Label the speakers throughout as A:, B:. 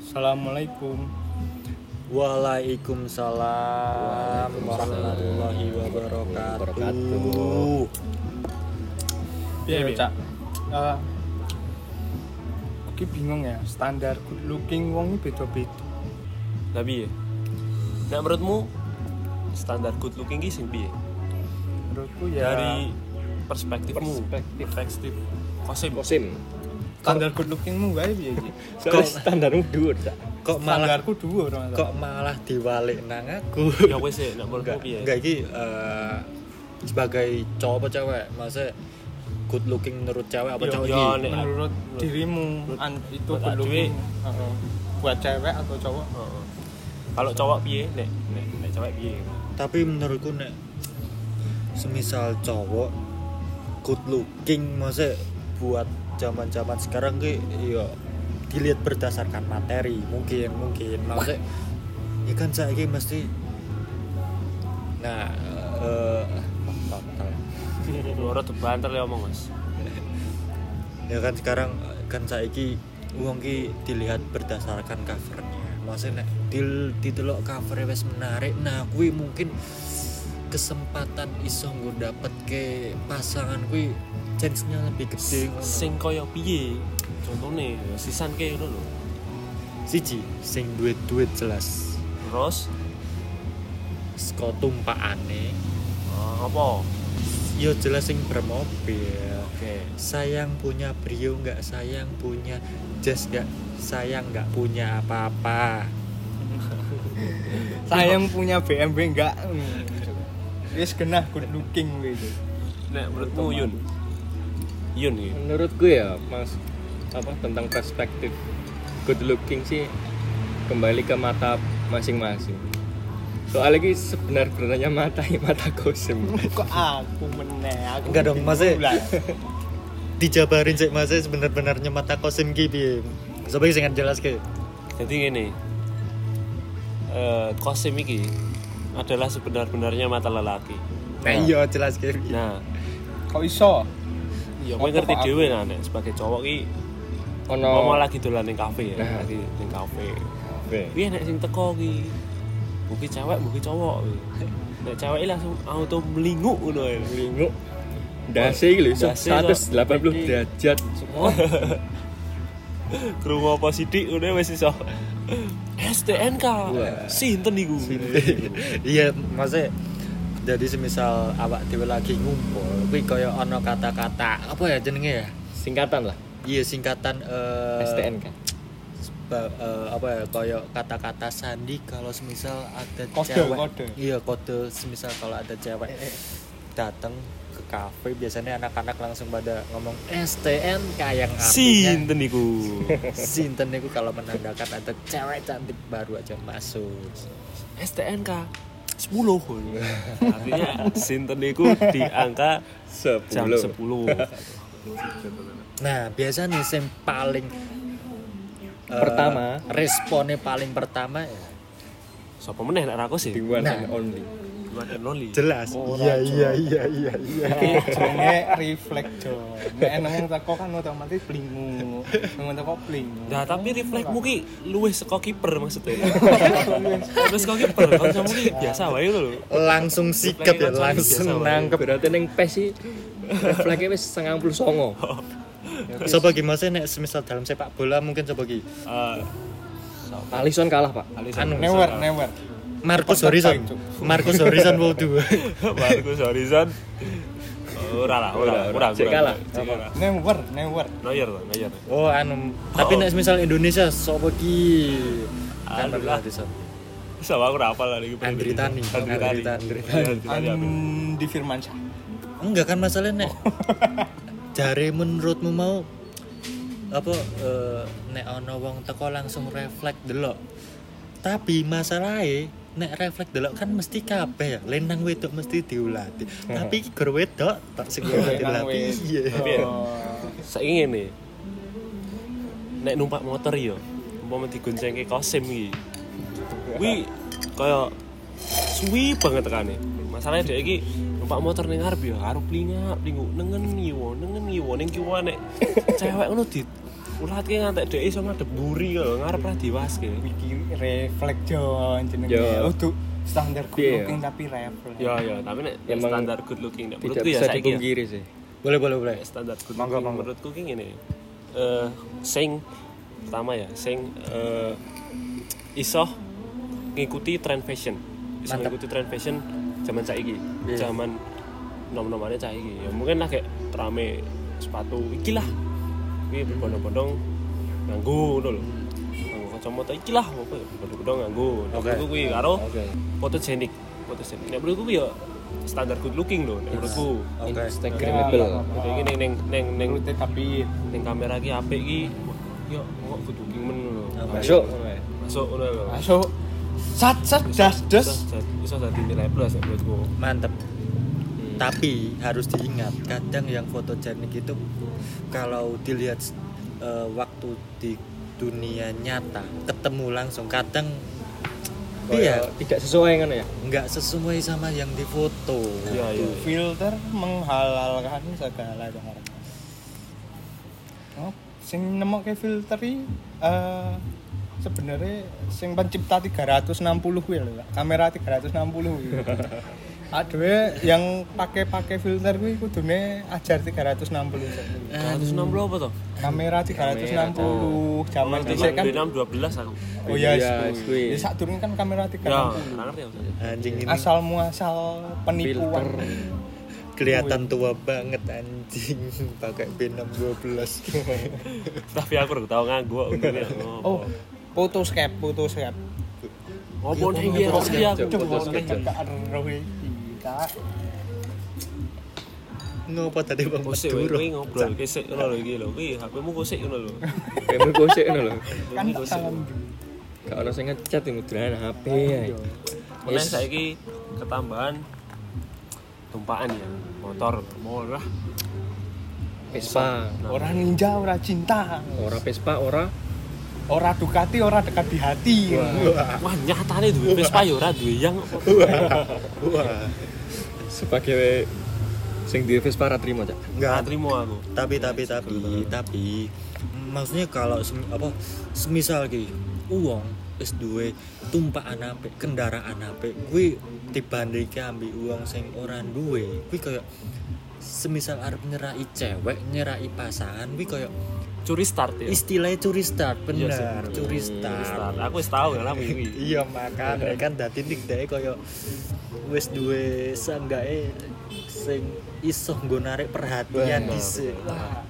A: Assalamualaikum.
B: Waalaikumsalam warahmatullahi wabarakatuh.
A: Iya, Cak. Oke bingung ya, standar good looking wong ini beda-beda.
C: Tapi ya. Nah menurutmu standar good looking ki sing piye?
A: Menurutku ya
C: Dari perspektifmu.
B: Perspektif.
C: Perspektif. Kosim.
B: Kosim,
A: standar good lookingmu wae piye iki?
B: kok standarmu dhuwur Cak? Kok malah
A: Standarku dhuwur, Mas.
B: kok malah diwalik nang aku?
C: Ya wis ya, nek menurutmu
B: Enggak,
C: piye?
B: enggak iki eh, sebagai cowok apa cewek? Maksudnya good looking menurut cewek apa
C: Yo,
B: cowok
C: yo,
B: iki?
C: nek-
A: menurut dirimu an, itu
C: buat
A: good
C: aku
A: looking. Heeh. Buat cewek atau cowok?
C: Heeh. Kalau cowok piye? Nek nek nek cewek piye?
B: Tapi menurutku nek semisal cowok good looking maksudnya buat zaman-zaman sekarang ki yo dilihat berdasarkan materi mungkin mungkin maksudnya ya kan saiki mesti nah eh, total
C: Loro banter ya omong, Mas.
B: ya kan sekarang kan saiki wong ki dilihat berdasarkan covernya maksudnya nek dil didelok covernya wis menarik nah kuwi mungkin kesempatan iso nggo dapet ke pasangan kuwi chance-nya lebih gede ngono.
C: Sing koyo piye? Contohnya, sisan kayak ngono lho.
B: siji sing duit-duit jelas
C: Terus
B: saka tumpakane
C: eh, apa?
B: yo jelas sing bermobil
C: Oke.
B: sayang punya brio nggak sayang punya jazz nggak sayang nggak punya apa-apa
A: Sayang punya BMW enggak. Hmm, Wis genah good looking gitu. wae itu.
C: Nek menurutmu Yun. Yun iya. iki.
D: menurutku ya mas apa tentang perspektif good looking sih kembali ke mata masing-masing soalnya ini sebenar-benarnya mata ya, mata kosim
A: Kok aku meneh? Aku
B: Enggak dong, Mas, eh.
A: bingung lah.
B: dijabarin sih mas sebenar-benarnya mata kosim ki piye sebagai sangat kan jelas ke
A: Nah.
C: Jadi gini, eh kosim iki adalah sebenar-benarnya mata lelaki.
B: nah iya jelas ke
C: Nah,
A: Kok iso?
C: ya kowe
A: Apa
C: ngerti
A: kok
C: dhewe nah nek sebagai cowok ki
D: Iya, ono
C: ngomong lagi dolan ning kafe ya,
D: Nah.
C: lagi ning kafe.
D: Be.
C: Kuwi nek sing teko ki mungkin cewek, mungkin cowok. kuwi. Nek cewek iki langsung auto melinguk ngono ya.
D: linguk dasi gitu
C: Dasi
D: 180
C: kok.
D: derajat
C: Krungu apa sithik ngono ya, wis iso. STNK.
D: Wah.
C: Sinten niku?
B: iya mas jadi semisal awak dewe lagi ngumpul kuwi kaya ono kata-kata apa ya jenenge ya
D: singkatan lah
B: iya singkatan eh
D: STNK
B: ba- eh, apa ya kaya kata-kata sandi kalau semisal ada
A: Kode,
B: cewek
A: kode. Eh,
B: iya kode semisal kalau ada cewek datang ke kafe biasanya anak-anak langsung pada ngomong STNK yang artinya
C: Sinten niku?
B: Sinten itu kalau menandakan ada cewek cantik baru aja masuk.
C: STNK 10 artinya sinten niku di angka jam 10
D: 10
B: Nah, biasanya sing paling eh,
D: Pertama.
B: responnya paling pertama ya.
C: sapa meneh nek aku sih
D: di one
B: Nah.
D: and only
C: Bukan Loli
B: Jelas. Iya, iya, iya, iya, iya.
A: Jonge reflek jo. Nek nang teko kan otomatis blingu. Nang teko blingu.
C: Nah, tapi refleksmu ki luwih saka kiper maksudnya. Luwih saka kiper, kan kamu ki biasa wae lho.
B: Langsung sikat ya, langsung nangkep.
D: berarti neng pes sih refleksnya wis 99
B: Coba gimana sih nek semisal dalam sepak bola mungkin coba ki.
C: Eh,
D: Alisson kalah pak
B: Anu.
C: Alisson.
A: Newer, newer.
B: Marcus Horizon. Marcus Horizon Wodu.
C: Marcus Horizon. Ora lah, ora, ora.
D: Ora, cek
C: ora.
D: kalah.
C: Cek kalah.
A: Newer, newer.
C: Neuer, lah, Neuer.
B: Oh, anu. Tapi nek semisal Indonesia sapa ki? Kan
C: Aduh
B: Marcus
C: lah.
B: Horizon.
C: Sama aku rapal lah iki.
B: Andri Tani.
C: Andri Tani. Iya,
B: Andri Tani. Anu.
C: Andri Tani.
A: Andi Firmansyah.
B: Enggak kan masalahnya nek jare menurutmu mau apa eh, nek ana wong teko langsung refleks delok. Tapi masalahnya nek refleks delok kan mesti kabeh ya. Lenang wedok mesti diulati. Tapi iki gor wedok tak sing
A: Nang
B: diulati.
A: wis.
B: Iya.
A: Oh.
C: Saiki ngene. Nek numpak motor yo, umpama digoncengke Kosim iki. Kuwi kaya suwi banget tekane. Masalahnya dhek iki numpak motor ning ngarep ya yo, arep lingap, linguk nengen yo, nengen yo ning kiwa nek cewek ngono di ulat ki ngantek dhek iso ngadeburi lho ngarep ra diwaske.
A: Wiki reflek John jenenge.
D: Yo.
A: Udu standar good
D: Iya.
A: looking tapi reflek.
C: Ya ya, tapi nek
D: Emang
C: standar good looking nek
D: tidak
C: menurutku ya
D: bisa
C: saiki ya.
D: dipungkiri sih
B: boleh boleh boleh
C: Nek standar good
A: Monggo,
C: looking
A: monggo.
C: menurutku ki ngene. Eh sing pertama ya, sing eh iso ngikuti trend fashion. Iso
B: Mantap.
C: ngikuti trend fashion zaman saiki. Zaman nom-nomane saiki. Ya mungkin lah kayak rame sepatu iki lah. Iki berbondong-bondong nganggo ngono lho. Nganggo kacamata iki lah apa ya berbondong-bondong nganggo. Nek
D: Oke.
C: menurutku kuwi karo
D: oke
C: fotogenik fotogenik nek menurutku ya standar good looking loh nek menurutku
D: Instagramable
C: jadi ini neng neng neng
A: Rute tapi
C: neng kamera ki apik ki wah, yo kok good looking men loh
D: masuk
C: masuk udah loh
A: masuk sat sat das das.
C: bisa jadi nilai plus ya menurutku
B: mantep tapi harus diingat kadang yang fotogenik itu kalau dilihat eh, waktu di dunia nyata ketemu langsung kadang
D: iya
B: iya
D: tidak sesuai kan ya
B: nggak sesuai sama yang difoto
C: ya ya
A: Tuh, filter menghalalkan segala cara. Oh, sing nemokke filter iki eh, sebenarnya sing pencipta 360 kuwi lho, Kak. kamera 360 kuwi. Aduh, yang pakai-pakai filter kuwi kudune ajar 360. sebenarnya.
C: 160 apa toh
A: Kamera 360 zaman
D: Oh,
C: Zaman
A: dhisik kan.
C: 612 aku
A: Oh iya,
D: Iya,
A: kuwi.
D: kuwi. Ya.
A: Ya sadurunge kan kamera
C: ya
A: 360.
C: nggak ngerti aku
B: anjing ini
A: Asal muasal penipuan.
D: Filter.
B: kelihatan tua banget anjing pakai B612
C: tapi aku udah tau nganggo aku ngene.
A: Oh, photoscape, photoscape.
C: ngopo nih
D: iya,
C: iya ngerti
D: iya,
C: aku
D: iya.
A: Coba
D: Photoscape.
A: nek gak ero iki, Kak.
B: ngopo tadi bang
C: Kusik,
B: Maduro
C: weh, ngobrol kisik ngono lho iki lho. Kuwi HP-mu kusik ngono lho.
D: kayak gosek ngono lho
A: Kan tak salam dulu.
D: gak ono sing ngecat yang mudahnya HP ya
A: Iya.
C: Mulai saiki ketambahan tumpaan ya, motor murah.
D: Vespa
A: Ora ninja, ora cinta.
D: ora Vespa ora
A: Ora Ducati, ora dekat di hati.
C: Wah, nyatane duwe Vespa ya ora duwe yang
B: Wah,
D: sebagai sing di Vespa ra trimo cak
C: ora
B: enggak
C: trimo aku.
B: tapi tapi tapi tapi maksudnya kalau sem- apa semisal ki uang wis duwe tumpakan apik kendaraan apik kuwi dibandingke ambek uang sing ora duwe kuwi kayak semisal arep nyerai cewek nyerai pasangan kuwi kayak
C: Curi start ya.
B: istilahnya curi start
C: Iya sih,
B: benar
C: bener.
B: curi
C: Curi
B: start
C: start. Aku wis tau kan aku iki.
B: iya makanya kan dadi ning dhek kaya wis duwe sanggae sing iso nggo narik perhatian
D: Bener.
B: dhisik Wah,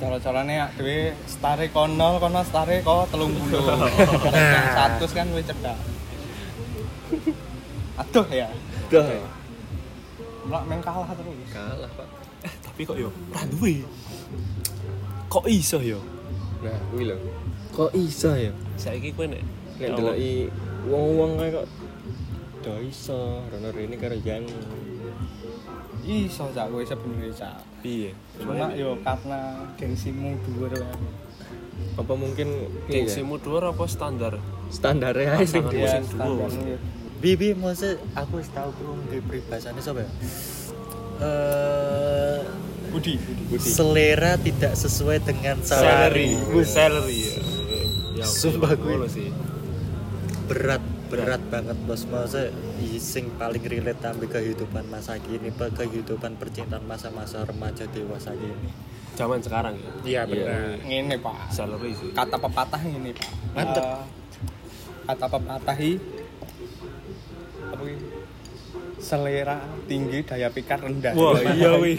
A: Cara-carane ak dhewe stare kono, kono stare ko 30.
B: Nah.
A: 100 kan wis cedak. Aduh ya.
D: dah
A: Mulak main kalah terus.
D: kalah pak
C: Tapi kok yo ora duwe. Kok iso ya? yo?
D: nah kuwi lho kok iso ya
C: Saiki kowe nek
D: nek deloki wong-wong kae kok do iso rono rene karo yang
A: Iso cak kowe sebenarnya cak.
C: piye?
A: Cuma yo karena gengsimu dhuwur wae.
D: apa mungkin
C: Iya.
D: ini ya, Iya,
C: Gengsimu dhuwur apa standar?
D: standarnya ae sing
C: Pasangan.
D: dia
A: Ya,
C: Musim dhuwur.
A: standarmu ya.
B: bibi mose aku wis tau krungu di peribahasane sapa ya eh
A: Budi, Budi.
B: selera tidak sesuai dengan
C: Salary.
B: salary
C: Salary ya. Ya,
B: Sumpah
C: aku
B: kuwi.
C: ngono sih.
B: berat berat banget bos mose sing paling relate sampai kehidupan masa kini pe- kehidupan percintaan masa-masa remaja dewasa kini
C: Zaman sekarang ya.
B: iya
D: benar.
A: Ngene, Pak.
C: Salary sih.
A: kata pepatah ini pak
B: Mantep.
A: Eh, kata pepatah i apa ini? selera tinggi daya pikir rendah
C: Wah, iya wih.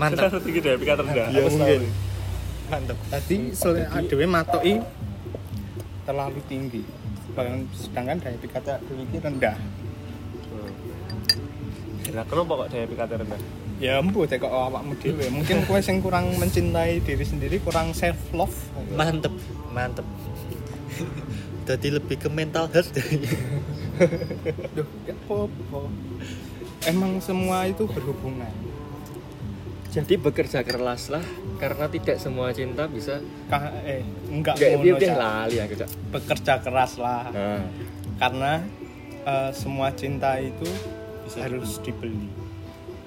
B: mantap
C: Tinggi daya pikat rendah.
A: Iya,
C: Aku
A: mungkin.
C: tahu.
B: mantap
A: tadi selera adewe matoki terlalu tinggi Bahkan- sedangkan daya pikir adewe iki rendah
C: Nah, kenapa kok daya pikat rendah?
A: ya empu teko awakmu dhewe mungkin kowe sing kurang mencintai diri sendiri kurang self love
B: mantep mantep jadi lebih ke mental health
A: Duh, gak Ya, apa-apa. emang semua itu berhubungan
D: jadi bekerja keraslah karena tidak semua cinta bisa
A: Kah, eh enggak
D: Gak
A: ngono,
D: piye piye
A: Cak.
D: lali aku cak
A: bekerja keras lah
D: nah
A: karena eh, semua cinta itu
C: Bisa
A: harus dibeli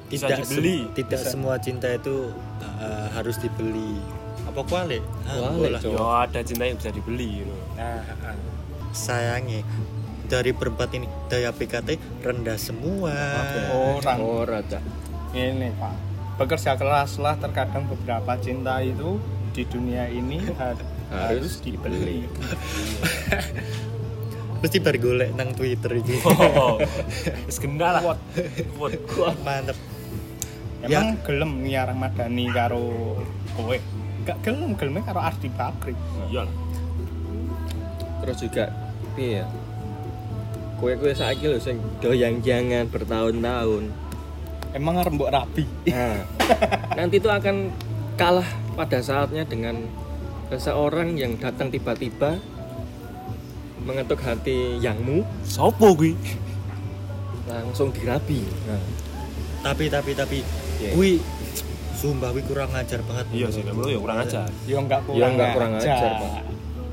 C: Bisa dibeli.
B: tidak
A: Bisa.
B: semua cinta itu uh, harus eh, dibeli apa kuali Ah,
D: Kuali,
B: bola.
D: Cok.
C: Yo Ya, ada cinta yang bisa dibeli, you know.
A: Nah, ah.
B: sayangi dari berempat ini daya PKT rendah semua
D: eh,
A: orang
D: Ora, Cak.
A: ini pak bekerja keraslah terkadang beberapa cinta itu di dunia ini har-
D: Harus dibeli.
B: mesti bar golek nang Twitter iki
C: Oh, wis gendah lah. Kuat. Kuat.
B: mantep
A: emang
D: Ya.
A: gelem Nia Ramadhani karo kowe gak gelem gelemnya karo Ardi Bakri
C: Iya lah.
D: Terus juga piye ya? Kue-kue saiki lho sing doyang-jangan bertahun-tahun.
A: emang arep mbok rabi
D: Nah, nanti itu akan kalah pada saatnya dengan seseorang yang datang tiba-tiba mengetuk hati yangmu
C: Sopo kuwi?
D: langsung dirabi. Nah,
B: tapi tapi tapi
D: Iya.
B: kui sumpah kui kurang ajar banget
C: Iya sih, menurut ya kurang aja.
A: ya nggak kurang,
D: Ya, nggak kurang ajar, Pak.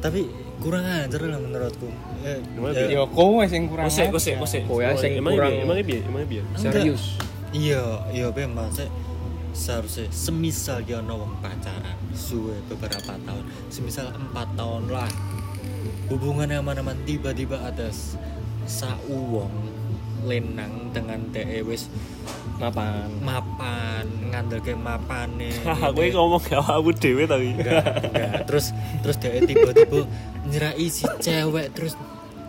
B: tapi kurang ajar lah menurutku Eh,
C: Gimana,
B: ya-
C: Bi?
A: ya kowe sing kurang ajar.
C: Kosek, kosek, kosek.
D: Oh, ya, sing
C: Emangnya
D: kurang-
C: piye? Emangnya piye? Emangnya piye?
B: Enggak.
D: serius.
B: iya iya memang saya seharusnya semisal dia ono wong pacaran suwe beberapa tahun semisal empat tahun lah hubungannya aman-aman tiba-tiba ada s- sauwong lenang dengan DE wis
D: Mapan.
B: mapan ngandel ke mapane
C: Haha, kowe ngomong gak awakmu dhewe ta iki.
B: Enggak, terus terus DE tiba-tiba nyerai si cewek terus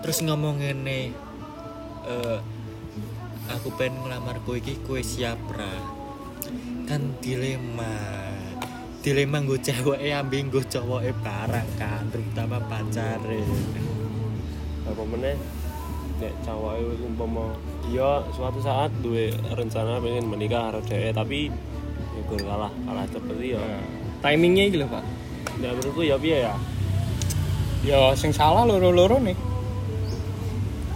B: terus ngomong ngene eh, aku pengen ngelamar kowe iki kowe siap ra kan dilema dilema nggo ceweke ambil nggo cowoke barang kan terutama pacare
C: apa meneh nek cawake wis umpama dia suatu saat duwe rencana pengen menikah karo dhek tapi ya gur kalah kalah cepet ya
D: Nah, timingnya gitu Pak.
C: nek menurutku ya piye ya
A: ya sing salah loro-loro nih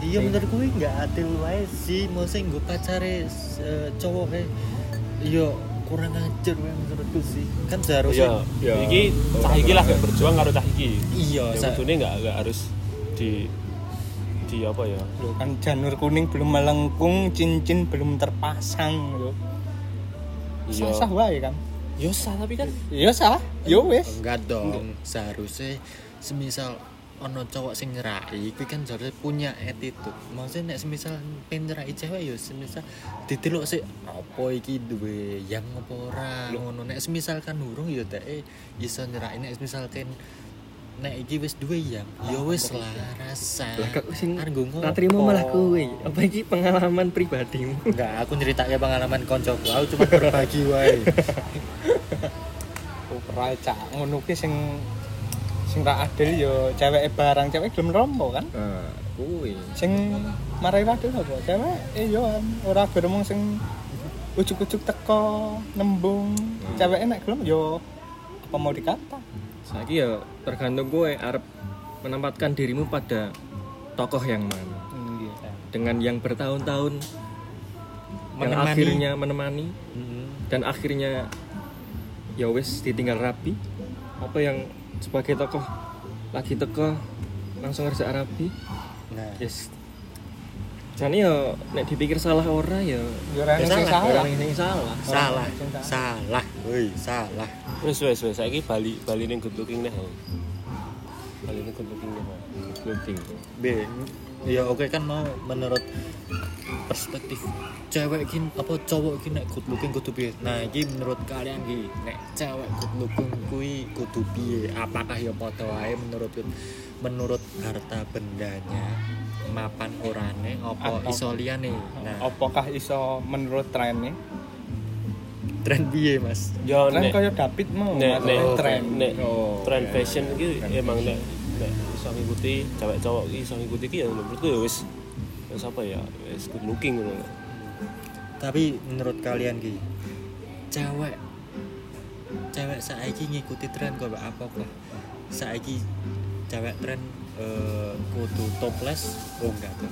B: iya menurut kowe nggak adil wae sih mau sing nggo pacare eh, cowoke iya kurang ajar wae menurutku sih kan
C: ya
B: seharusnya
D: ya.
C: iki cah iki lah gak berjuang karo cah iki
B: iya
C: ya
B: sa-
C: kudune nggak nggak harus di di apa ya
A: Loh, kan janur kuning belum melengkung cincin belum terpasang loh
C: iya
A: sah sah wae kan
C: yo sah tapi kan
A: iya salah yo
D: Ya
A: wes
B: enggak dong seharusnya semisal ono cowok sing nyerai kuwi kan seharusnya punya attitude maksudnya nek semisal pengen nyerai cewek ya semisal ditelok sih apa iki duwe yang apa ora ngono nek semisal kan urung ya deke iso nyerai nek semisal kan nek iki wis duwe yang ya wis lah rasa
D: Lah kok sing
B: Arep nggo
D: tak terima
B: ngopo?
D: malah kowe. Apa iki pengalaman pribadimu?
B: enggak aku nyeritake pengalaman koncoku aku cuma berbagi wae
A: ora cak ngono ki sing sing ra adil yo cewek barang cewek gelem rompo kan
D: Nah, kowe.
A: sing marai adil apa cewek eh yo kan ora geremong sing ujuk-ujuk teko nembung
C: Hmm.
A: cewek enak gelem yo apa mau dikata
D: Saiki ya tergantung kowe arep menempatkan dirimu pada tokoh yang mana.
A: Hmm, iya.
D: Dengan yang bertahun-tahun yang
B: Menemani.
D: akhirnya menemani
B: Mm.
D: dan akhirnya ya wis ditinggal rapi apa yang sebagai tokoh lagi teko langsung harus rapi
B: nah
D: yes jadi ya nek dipikir salah orang ya
A: yo ora
B: Ya,
A: sing
B: salah,
A: salah
D: orang yang salah
B: salah
A: Cinta.
B: salah woi salah
C: wes wes wes saiki bali bali ning good looking deh bali ning good looking deh
D: looking
B: B ya oke kan mau menurut perspektif cewek kin apa cowok kin nek good looking kudu piye nah iki menurut kalian iki nek cewek good looking kuwi kudu piye apakah ya padha wae menurut menurut harta bendanya mapan orane apa
A: Atau-
B: iso liyane nah
A: apakah iso menurut trennya
B: tren piye mas
C: yo
A: tren
C: nek
A: kaya David mau
C: nek nek
A: masalah tren
C: nek
D: Oh,
C: tren
D: iya,
C: fashion iki emang nek nek iso ngikuti cewek cowok iki iso ngikuti iki ya menurutku ya wis wis apa ya wis good looking ngono lho.
B: tapi menurut kalian ki cewek cewek saiki ngikuti tren kok Mbak? apa kok saiki cewek tren eh, kudu topless oh enggak tuh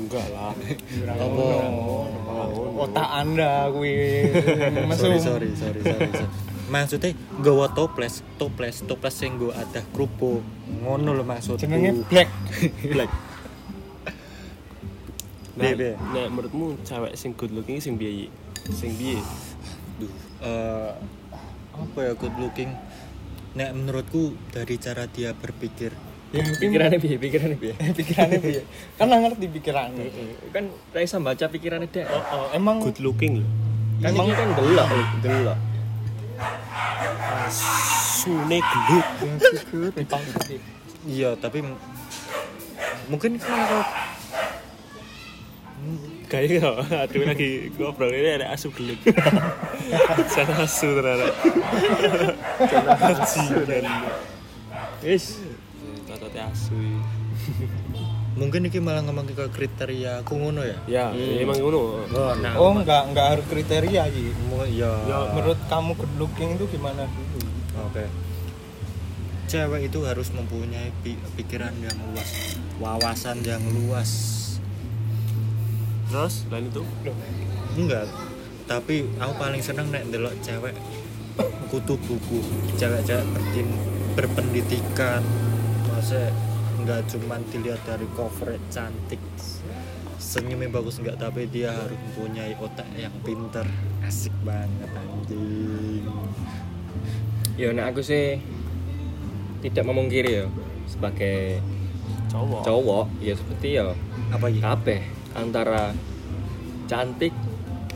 C: enggak lah
B: apa
A: otak anda kuwi mesum
B: sorry sorry sorry sorry, sorry. maksudnya gawa topless topless topless yang gue ada kerupuk ngono lo maksudku
A: jenenge black
B: black
C: nah,
B: Piye, piye?
C: nek menurutmu cewek sing good looking sing piye Yi? sing piye
B: Duh, eh, apa ya good looking nek menurutku dari cara dia berpikir
D: Ya, pikirannya piye, pikirannya piye.
A: pikirannya piye kan nggak ngerti pikirannya
D: Kan Raisa baca pikirannya deh.
A: oh, oh, emang
C: good looking loh
D: Kan ini kan delok, delok.
C: sune gelut
B: iya tapi m- mungkin kalau
C: kayak ya aduh lagi ngobrol ini ada asu gelut sana asu ternyata
D: Wis,
C: Tototnya asu ya.
B: mungkin iki malah ngomong ke kriteria aku ngono ya
C: ya emang ngono
B: oh nah
A: oh nggak nggak harus kriteria gitu
B: mu- ya
A: menurut kamu good looking itu gimana dulu
B: oke cewek itu harus mempunyai pi- pikiran yang luas wawasan yang luas
C: terus lain itu
B: enggak tapi aku paling seneng nek delok cewek kutu buku cewek-cewek berpin- berpendidikan maksudnya enggak cuman dilihat dari cover cantik senyumnya bagus enggak tapi dia harus mempunyai otak yang pinter asik banget anjing
D: ya nek aku sih tidak memungkiri ya sebagai
C: cowok
D: cowok ya seperti ya
B: apa ya
D: kabeh antara cantik,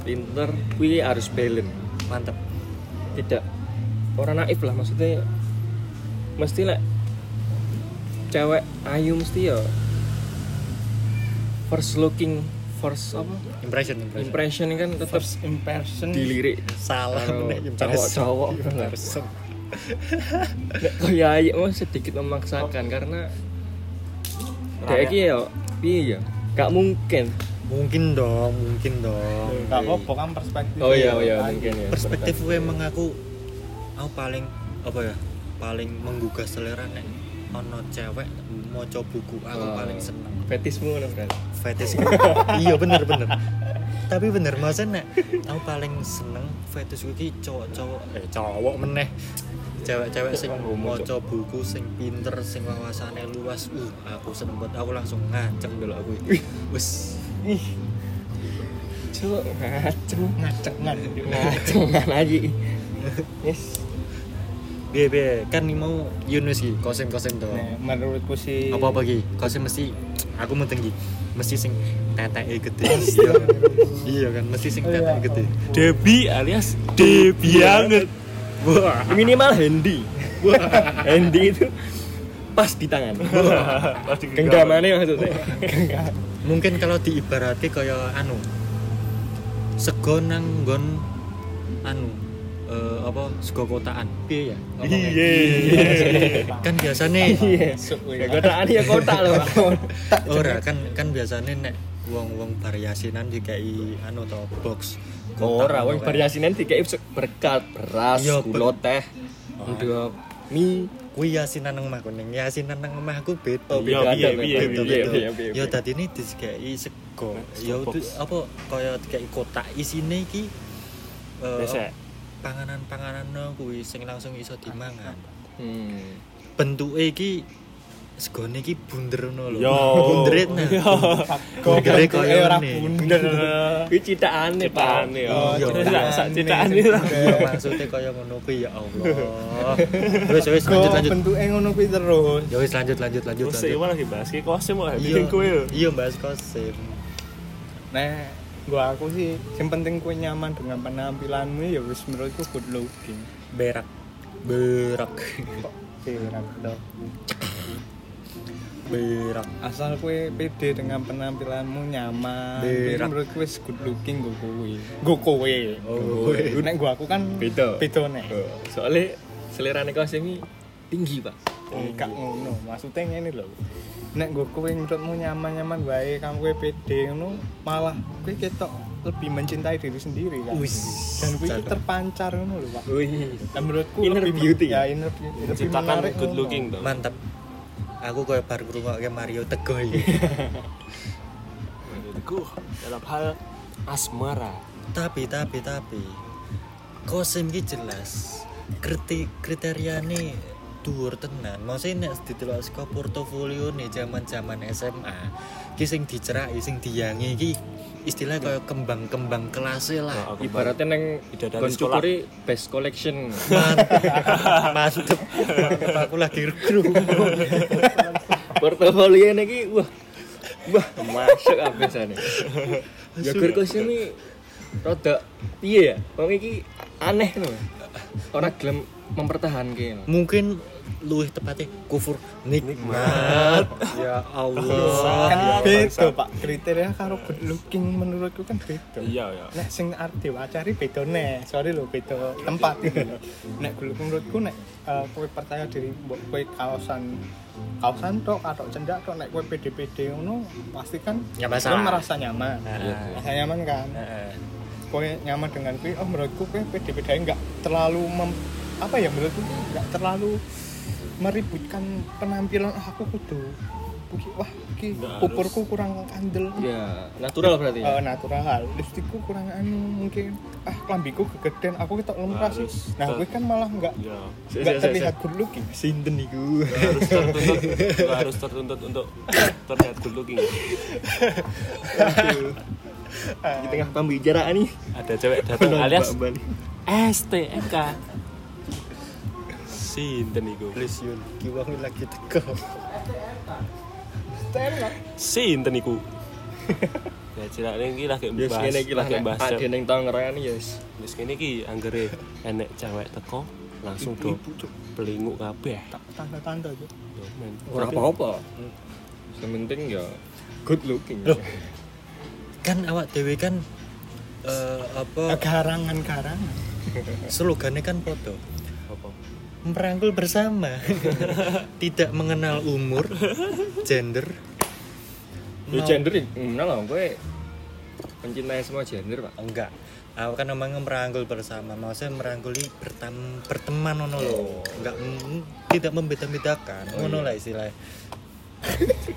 D: pinter, kuwi harus balance.
B: mantap
D: tidak orang naif lah maksudnya mesti lek cewek ayu mesti ya first looking first apa
B: impression impression,
D: impression kan tetap
A: first impression
D: dilirik
B: salah
D: Karo
B: nek
D: cowok
B: impression Iya,
D: cowok
B: impression
D: kayak ayu mah iya, oh, sedikit memaksakan karena kayak iki ya piye ya gak mungkin
B: mungkin dong mungkin dong
A: nggak apa-apa kan perspektif
D: oh iya oh iya mungkin ya
B: perspektif gue emang aku aku paling apa ya paling menggugah selera nek ono cewek mau coba buku aku
D: Oh.
B: paling seneng
D: fetismu ngono berarti
B: fetish gue. iya bener bener tapi bener maksudnya nek aku paling seneng fetish gue ki cowok-cowok eh cowok meneh cewek-cewek sing mau coba buku sing pinter sing wawasannya luas uh aku seneng banget aku langsung ngaceng dulu aku wis
A: ih
D: cuk ngaceng
A: ngacak ngacak
D: ngacengan aja yes
B: biye biye kan ini mau Yunus ki kosim kosim tuh
A: Nah, menurutku sih
B: apa apa ki kosim mesti aku mau tinggi mesti sing teteke gede iya iya kan mesti sing teteke gede
C: Debi alias Debi banget
D: Wah, minimal handy. Wah, handy itu pas di tangan. Genggamannya maksudnya.
B: mungkin kalau diibarati kaya anu sego nang nggon anu eh, apa sego kotaan piye ya ngomongnya? kan biasanya
D: Ya kotaan ya kota loh.
B: ora kan kan biasanya nek wong-wong variasinan dikai anu to box kotak
D: Ora, wong
B: ngono kae.
D: variasinan tiga berkat beras,
B: Iya,
D: gula teh, dua mie.
B: kuwi yasinan nang omah kuning yasinan nang omahku beda
D: Oh,
C: Iya,
D: beda
C: iya, iya,
D: ada, beda,
B: Betul,
C: iya,
D: beda.
B: betul.
D: Iya, iya,
B: Ya
D: iya.
B: tadi ini disegei sego. Ya
C: box.
B: itu apa kaya dikai kotak isine iki eh,
C: Resek.
B: panganan-panganan no kuwi sing langsung iso dimangan.
D: Hmm.
B: Bentuke iki segone iki bunder no lho.
C: Yo.
B: Bunderet nah. Bundere kaya
A: ora
B: ngene.
A: bundar
D: Kuwi citaane, Pak.
C: Citaane,
D: Oh,
A: Oh,
C: Iya,
A: cetakan
C: sak
A: nih,
C: cetakan
A: sing
C: lah.
A: bundar.
B: Iya maksudnya kaya ngono kuwi ya Allah. Wis wis
A: Kok
B: lanjut lanjut.
A: bentuknya ngono kuwi terus
B: Ya wis lanjut lanjut lanjut
C: Terus
B: lanjut.
C: ini lagi bahas ki kosim mau
B: Iya.
C: bikin kue ya. lho.
B: Iya Mbak Kosim.
A: Nah, gua aku sih yang penting kue nyaman dengan penampilanmu ya wis menurutku good looking.
B: Berak. Berak.
A: Kok berat dong.
B: Berak.
A: Asal kue pede dengan penampilanmu nyaman, itu
B: Berat.
A: menurutku wis good looking gue kowe. Gue kowe.
B: Oh, kowe.
A: Nek gua aku kan
D: Beda.
A: Beda nek.
D: Oh, Soalnya selera nih ini tinggi, Pak.
A: Enggak ngono, maksudnya ngene lho. Nek gue kowe menurutmu nyaman-nyaman baik, kamu kue pede ngono, malah kue ketok lebih mencintai diri sendiri kan.
B: Wis.
A: Dan kue iki terpancar ngono lho, Pak.
D: Wih.
A: Dan menurutku
D: Inner
A: lebih
D: beauty.
A: ya inner beauty lebih
C: Ciptakan
A: menarik ngono.
C: good looking dong.
B: mantap aku kayak bar ngrungokke Mario Teguh iki
C: Teguh dalam hal asmara.
B: tapi tapi tapi kosim iki jelas kriti kriteriane dhuwur tenan. Maksudnya nek ditelok saka portofolio nih zaman-zaman SMA, ki sing diceraki sing diyangi iki istilah kaya kembang-kembang kelas lah.
C: aku barat
D: Ibaratnya neng
C: Bidadari sekolah.
D: Goncukuri best collection.
B: Mantep. Mantep. Mantep aku lagi gru.
D: Portofolio ini wah wah masuk abis ane. Ya gur kosim ini rada piye ya? Wong iki aneh lho. Ora gelem mempertahankan.
B: Mungkin luwih tepatnya kufur nikmat. Ya Allah.
A: kan beda pak kriteria karo good looking menurutku kan beda
C: iya ya
A: nek sing arep diwacari beda nih sorry lho beda tempat ini nek good looking menurutku nek eh, kowe percaya diri mbok kowe kaosan kaosan tok atau cendak tok nek kowe pede-pede ngono pasti kan
B: Nggak
A: lu
B: masalah.
A: merasa nyaman merasa nyaman kan
B: Heeh.
A: kowe nyaman dengan kowe oh menurutku kowe pede-pede enggak terlalu mem- apa ya menurutku enggak terlalu meributkan penampilan "Ah, aku kudu iki- wah iki
C: Nggak
A: ukurku kurang kandel
D: Ya, natural berarti. ya?
A: Eh, natural lipstikku kurang anu mungkin ah klambiku kegedean aku ketok lemras
C: Harus
A: nah
C: ter-
A: gue kan malah enggak
C: ya
A: enggak terlihat good looking
B: Sinten iku?
C: Nggak harus tertuntut nggak harus tertuntut untuk terlihat good looking
D: Di tengah pembicaraan nih.
C: ada cewek datang alias
D: Bali.
C: STNK Sinten iku
B: Please Yun, ki wong lagi teko.
C: Sinten iku Ya cilaknya ini lagi
D: Ya
C: membahas
D: ngene iki lah
C: lagi
D: nek
C: bahas
D: Pak Deneng Tangerang ya wis.
C: Terus ini ki anggere enek cewek teko langsung do pelinguk kabeh.
A: tanda-tanda aja
C: Yo, men.
D: Ora
C: Tapi-
D: apa-apa. Sementing ya good looking.
B: Loh. Kan awak dhewe kan eh, apa
A: garangan-garangan
B: slogannya kan foto
C: Apa?
B: merangkul bersama tidak mengenal umur gender
D: Ya
B: mau-
D: gender enggak lah kowe mencintai semua gender, Pak.
B: enggak aku kan namanya merangkul bersama maksudnya merangkuli bertem berteman ngono lho
D: Oh.
B: enggak mm, tidak membeda-bedakan
D: iya.
B: ngono lah istilahnya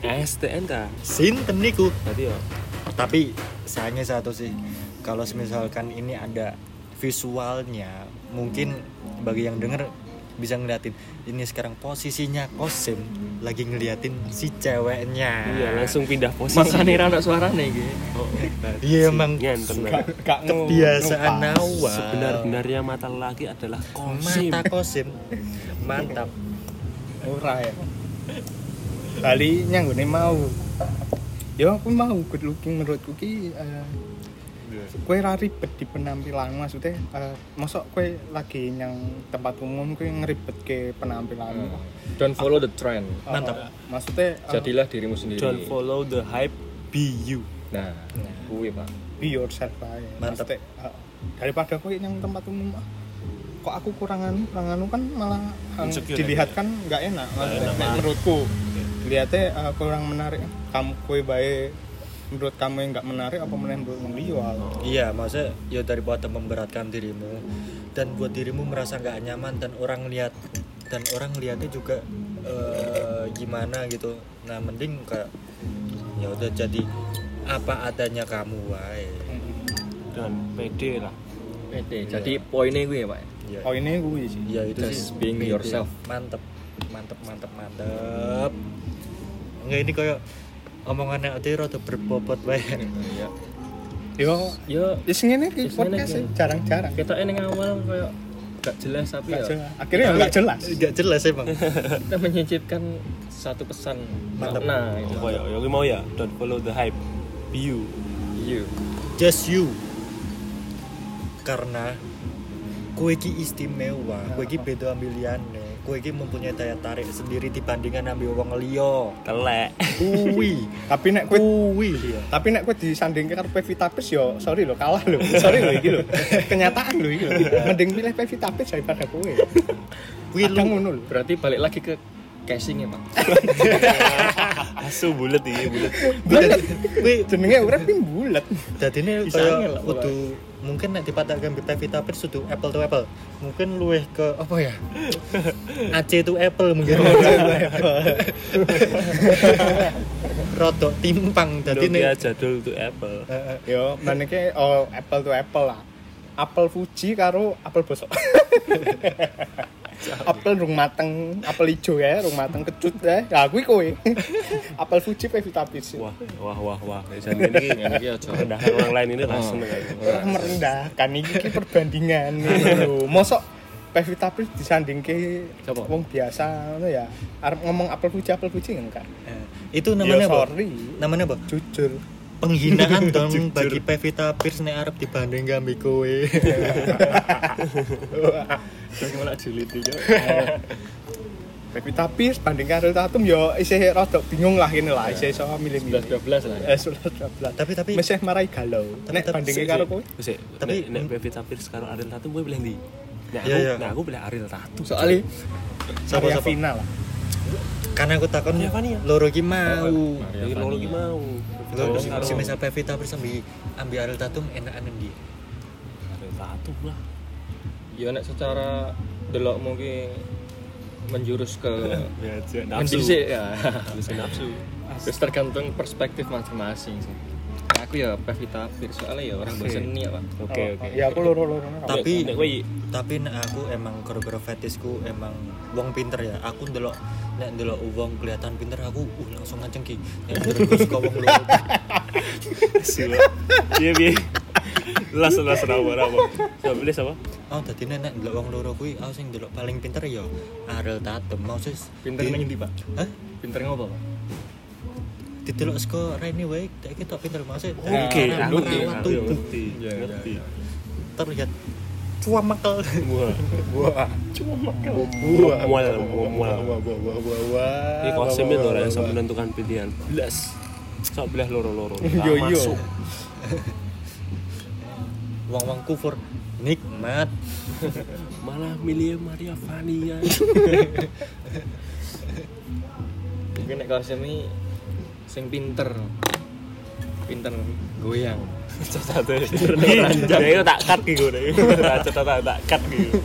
C: STNK.
B: sinten niku
C: Tadi yo.
B: tapi sayangnya satu sih kalau misalkan ini ada visualnya mungkin bagi yang denger bisa ngeliatin ini sekarang posisinya Kosim lagi ngeliatin si ceweknya
C: Iya, langsung pindah posisi.
D: Makane ra ono suarane iki.
C: Oh,
B: iya emang
C: ngenten.
A: gak gak ngu-
B: kebiasaan
A: numpang.
B: awal
C: Sebenar-benarnya mata lelaki adalah kosim.
B: mata Kosim mantap
A: ora ya Bali nyanggone mau ya aku mau good looking menurutku ki eh, kue ra ribet di penampilan maksudnya eh, mosok kue lagi yang tempat umum kue ngeribet ke penampilan
D: Hmm. Don't follow the trend.
A: Eh,
B: Mantap.
A: maksudnya eh,
D: Jadilah dirimu sendiri.
C: Don't follow the hype, be you.
D: Nah, kuwi, Pak.
A: be yourself aja
B: Mantap.
A: Maksudnya, eh, daripada kue yang tempat umum ah, kok aku kurangan kurangan kan malah eh,
C: Insecure
A: dilihat
C: aja.
A: kan nggak enak maksudnya nek menurutku dilihatnya eh, kurang menarik kamu kue baik menurut kamu yang nggak menarik apa menurut kamu
B: iya maksudnya ya daripada memberatkan dirimu dan buat dirimu merasa nggak nyaman dan orang lihat dan orang lihatnya juga eh, gimana gitu nah mending kayak ya udah jadi apa adanya kamu wae
C: Dan pede lah.
D: Pede. Jadi poinnya kuwi ya, Pak.
B: ya,
A: oh ini gue sih
B: ya itu
D: Just
B: sih
D: being
B: Pede.
D: yourself.
B: mantep mantep mantep mantep nggak ini kayak omongannya itu rada berbobot wae
D: Iya.
A: yo ya
D: Yo,
A: Is ngene iki
D: Is ngene
A: podcast
D: iki.
A: sih, jarang-jarang.
D: kita ini Ya, awal kayak gak jelas tapi
A: Nggak
D: ya
A: jelas. Akhirnya ya nggak jelas.
B: nggak jelas emang
D: kita menyicipkan satu pesan
B: Mantap.
D: makna itu.
C: Apa ya? Yang mau ya, don't follow the hype, be you.
D: Iya.
B: just you karena kue ki istimewa kue ki beda ambil liyane kue ki mempunyai daya tarik sendiri dibandingkan ambil wong liya
C: Telek.
B: kuwi
A: Tapi nek kowe
B: kuwi
A: tapi nek kowe disandingke karo Pevita Pearce yo sorry lo kalah lo. Sorry lo iki lo. Kenyataan lo iki lo. Mending pilih Pevita Pearce daripada kowe.
B: kuwi
A: Kadang
B: lu
A: ngono lho.
D: Berarti balik lagi ke casingnya Pak.
C: Asu bulet iki, bulet.
A: Bulet.
B: kuwi
A: Jenenge urip ki bulet.
B: dadine
D: Bisa
B: kaya
D: ngelak,
B: kudu mungkin nek dipatahkan mbek Pevita Pierce kudu apple to apple mungkin luweh ke apa ya AC to apple mungkin rodok timpang dadi
C: Nokia
B: nek
C: jadul to Apple.
B: Eh, eh.
A: Yo menike oh, apple to apple lah. Apple Fuji karo apel bosok. apel rung mateng, apel ijo ya, rung mateng kecut ya. Ya kuwi kowe. apel Fuji pe Vitapis.
C: wah wah wah wah jadi ini
D: Ini iki aja.
C: rendahkan orang lain ini gitu. lah
B: Oh.
C: seneng aku.
A: Ora merendahkan iki ki perbandingan lho. Mosok pe Vitapis disandingke
D: Siapa?
A: wong biasa ngono ya. Arep ngomong apel Fuji, apel Fuji enggak.
B: Eh, itu namanya
A: Ya,
B: apa?
A: sorry.
B: Namanya apa?
A: Jujur.
B: Penghinaan dong bagi Pevita Pierce nek arep dibanding gambe kowe.
D: Terus malah julid iki.
A: Pevita Pierce banding karo Tatum yo isih rada bingung lah ini lah, isih iso milih-milih.
D: 11 lah. ya.
A: Eh, sudah sudah.
B: tapi tapi
A: Mesih marai galau.
B: Tapi-
A: Nek
B: tapi-
A: bandingke karo kowe.
C: Wis,
B: Tapi-
C: nek nek Pevita Pierce karo Ariel Tatum gue pilih ndi? Nek
B: Iya,
C: aku,
B: iya.
C: nek aku pilih Ariel Tatum.
A: Soale
B: Sapa,
A: area
B: sapa?
A: ya final lah.
B: karena aku takon
C: Maria Vania.
B: loro ki mau.
C: Jadi loro ki mau.
B: Loro
C: Terus
B: si-
C: karo
B: si misal Pevita Pierce ambi ambi Ariel Tatum enakan ndi?
C: Ariel Tatum lah.
D: Ya nek secara delok mungkin menjurus ke
C: Ya, jek, nafsu.
D: mendisik ya.
C: Terus nafsu.
D: Terus tergantung perspektif masing-masing sih. Nah, aku ya Pevita Pierce soalnya ya orang bahasa seni ya pak.
C: Oke, oke.
A: Ya aku loro-lorone.
B: Tapi-
C: nek kowe
B: tapi nek aku emang koreografer fetisku emang wong pinter ya aku ndelok nek ndelok wong kelihatan pinter aku uh langsung ngaceng ki nek ndelok aku suka wong loro
C: sila. Piye piye. Iya, Las las rawa rawa. Coba pilih siapa?
B: oh tadi nek ndelok wong loro kuwi aku sing ndelok paling pinter ya Ariel Tatum Moses
D: Pinter
B: Di-
D: ning ndi pak?
B: hah
D: Pinter ngopo pak?
B: didelok saka Raine wae tak iki tok pinter Moses
C: Oke,
B: Karena merawat
C: oke. Iya,
B: tubuh
C: Ngerti,
D: Iya, iya,
C: ngerti.
B: terlihat cuamekel
C: Wah,
A: Wah.
C: wah, wah, wah.
A: Wah, wah, wah, wah, wah.
C: Ini konsepnya
A: Wah, wah,
C: loh yang
A: wah,
C: bisa
A: wah.
C: menentukan pilihan. Belas. Sok belah loro-loro.
A: Yo,
C: Nah,
A: yo.
C: Masuk.
B: wong-wong kufur nikmat
C: Malah milih Maria Vania.
D: Mungkin nek kalau semi sing pinter. Pinter goyang.
C: Satu. Ya itu tak cut gitu deh. Tak tak tak tak cut gitu.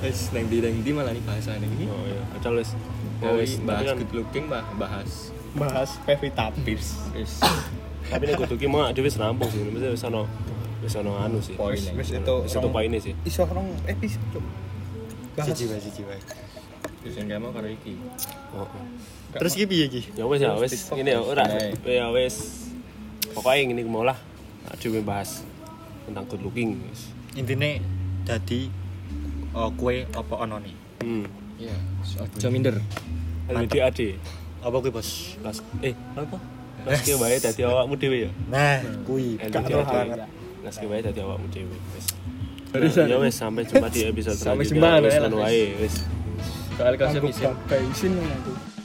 D: Wis nang di nang di malah nih bahasa ini.
C: Oh iya, acal wis. Ya
D: Dari
C: wis,
D: bahas gitu
C: tapi kan
D: good looking bah bahas.
A: bahas Pevita Pierce.
D: Wis.
C: tapi nek kudu ki mau dhewe wis rampung sih. Mesti wis ono wis ono anu sih.
D: Poin.
A: Wis- Wis
C: Wis
A: itu
C: itu
A: rong-
C: poinnya sih.
A: Iso rong episode. Cuk. Bahas.
B: siji wae siji wae
D: Terus yang gak mau karo iki.
C: Oh, oh.
B: terus ki piye ki
C: Ya wis ya wis ngene ya ora.
D: Nah.
C: Ya wis. Pokoke ngene ku mau lah. Dhewe bahas tentang good looking wis.
B: intine dadi oh, kue apa ono nih
C: Hmm.
D: Iya. Ojo minder.
C: Ade ade.
B: apa kuwi bos
C: Las eh apa? Las ki wae dadi awakmu dhewe ya.
B: nah
C: Hmm.
B: kui
A: Gak
C: LDR
A: roh
C: dhewe.
A: banget.
C: Las ki wae dadi awakmu dhewe wis. Nah, Ya wes sampai jumpa di episode
D: Sampai
C: selanjutnya.
D: jumpa,
C: Wis
D: nah,
C: ngono
D: lah,
C: wae wis.
D: Soalnya kalau
A: Aku
D: semi sih
A: babai isin nanti.